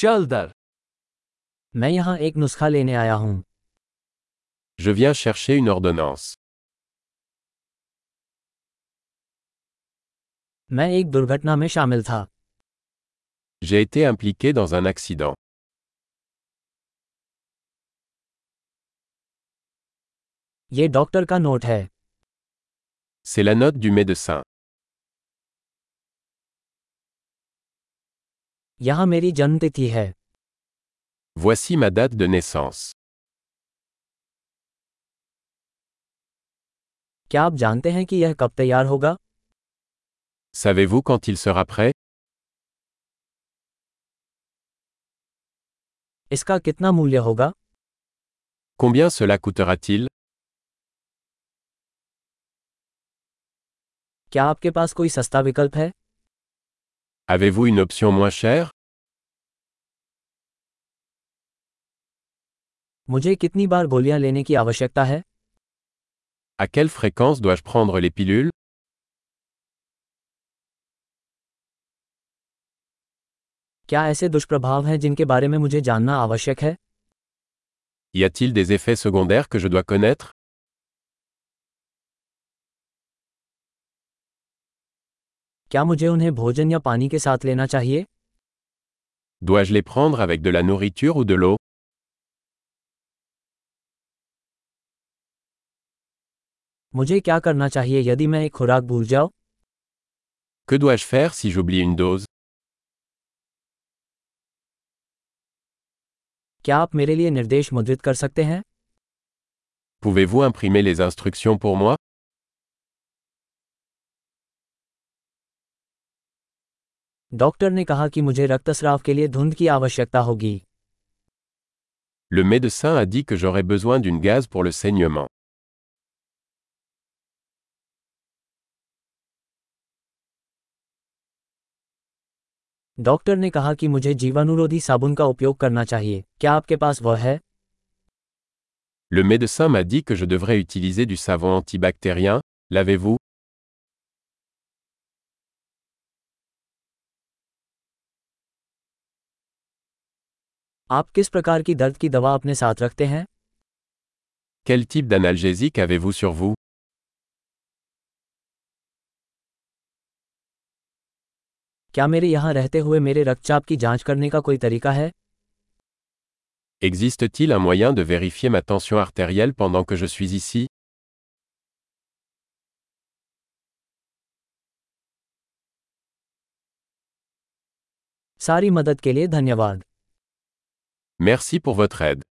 चल दर मैं यहाँ एक नुस्खा लेने आया हूँ Je viens chercher une ordonnance. मैं एक दुर्घटना में शामिल था J'ai été impliqué dans un accident. ये डॉक्टर का नोट है C'est la note du médecin. यहाँ मेरी जन्मतिथि है Voici ma date de naissance. क्या आप जानते हैं कि यह कब तैयार होगा Savez-vous quand il sera prêt इसका कितना मूल्य होगा Combien cela coûtera-t-il क्या आपके पास कोई सस्ता विकल्प है Avez-vous une option moins chère मुझे कितनी बार गोलियां लेने की आवश्यकता है À quelle fréquence dois-je prendre les pilules क्या ऐसे दुष्प्रभाव हैं जिनके बारे में मुझे जानना आवश्यक है Y a-t-il des effets secondaires que je dois connaître क्या मुझे उन्हें भोजन या पानी के साथ लेना चाहिए Dois-je les prendre avec de la nourriture ou de l'eau मुझे क्या करना चाहिए यदि मैं एक खुराक भूल जाऊं Que dois-je faire si j'oublie une dose क्या आप मेरे लिए निर्देश मुद्रित कर सकते हैं Pouvez-vous imprimer les instructions pour moi doctor ने कहा कि मुझे रक्तस्राव के लिए धुंध की आवश्यकता होगी Le médecin a dit que j'aurais besoin d'une gaz pour le saignement. Doctor ने कहा कि मुझे जीवाणुरोधी साबुन का उपयोग करना चाहिए क्या आपके पास वह है Le médecin m'a dit que je devrais utiliser du savon antibactérien, l'avez-vous आप किस प्रकार की दर्द की दवा अपने साथ रखते हैं Quel type d'analgésique avez-vous sur vous क्या मेरे यहाँ रहते हुए मेरे रक्तचाप की जांच करने का कोई तरीका है Existe-t-il un moyen de vérifier ma tension artérielle pendant que je suis ici सारी मदद के लिए धन्यवाद Merci pour votre aide.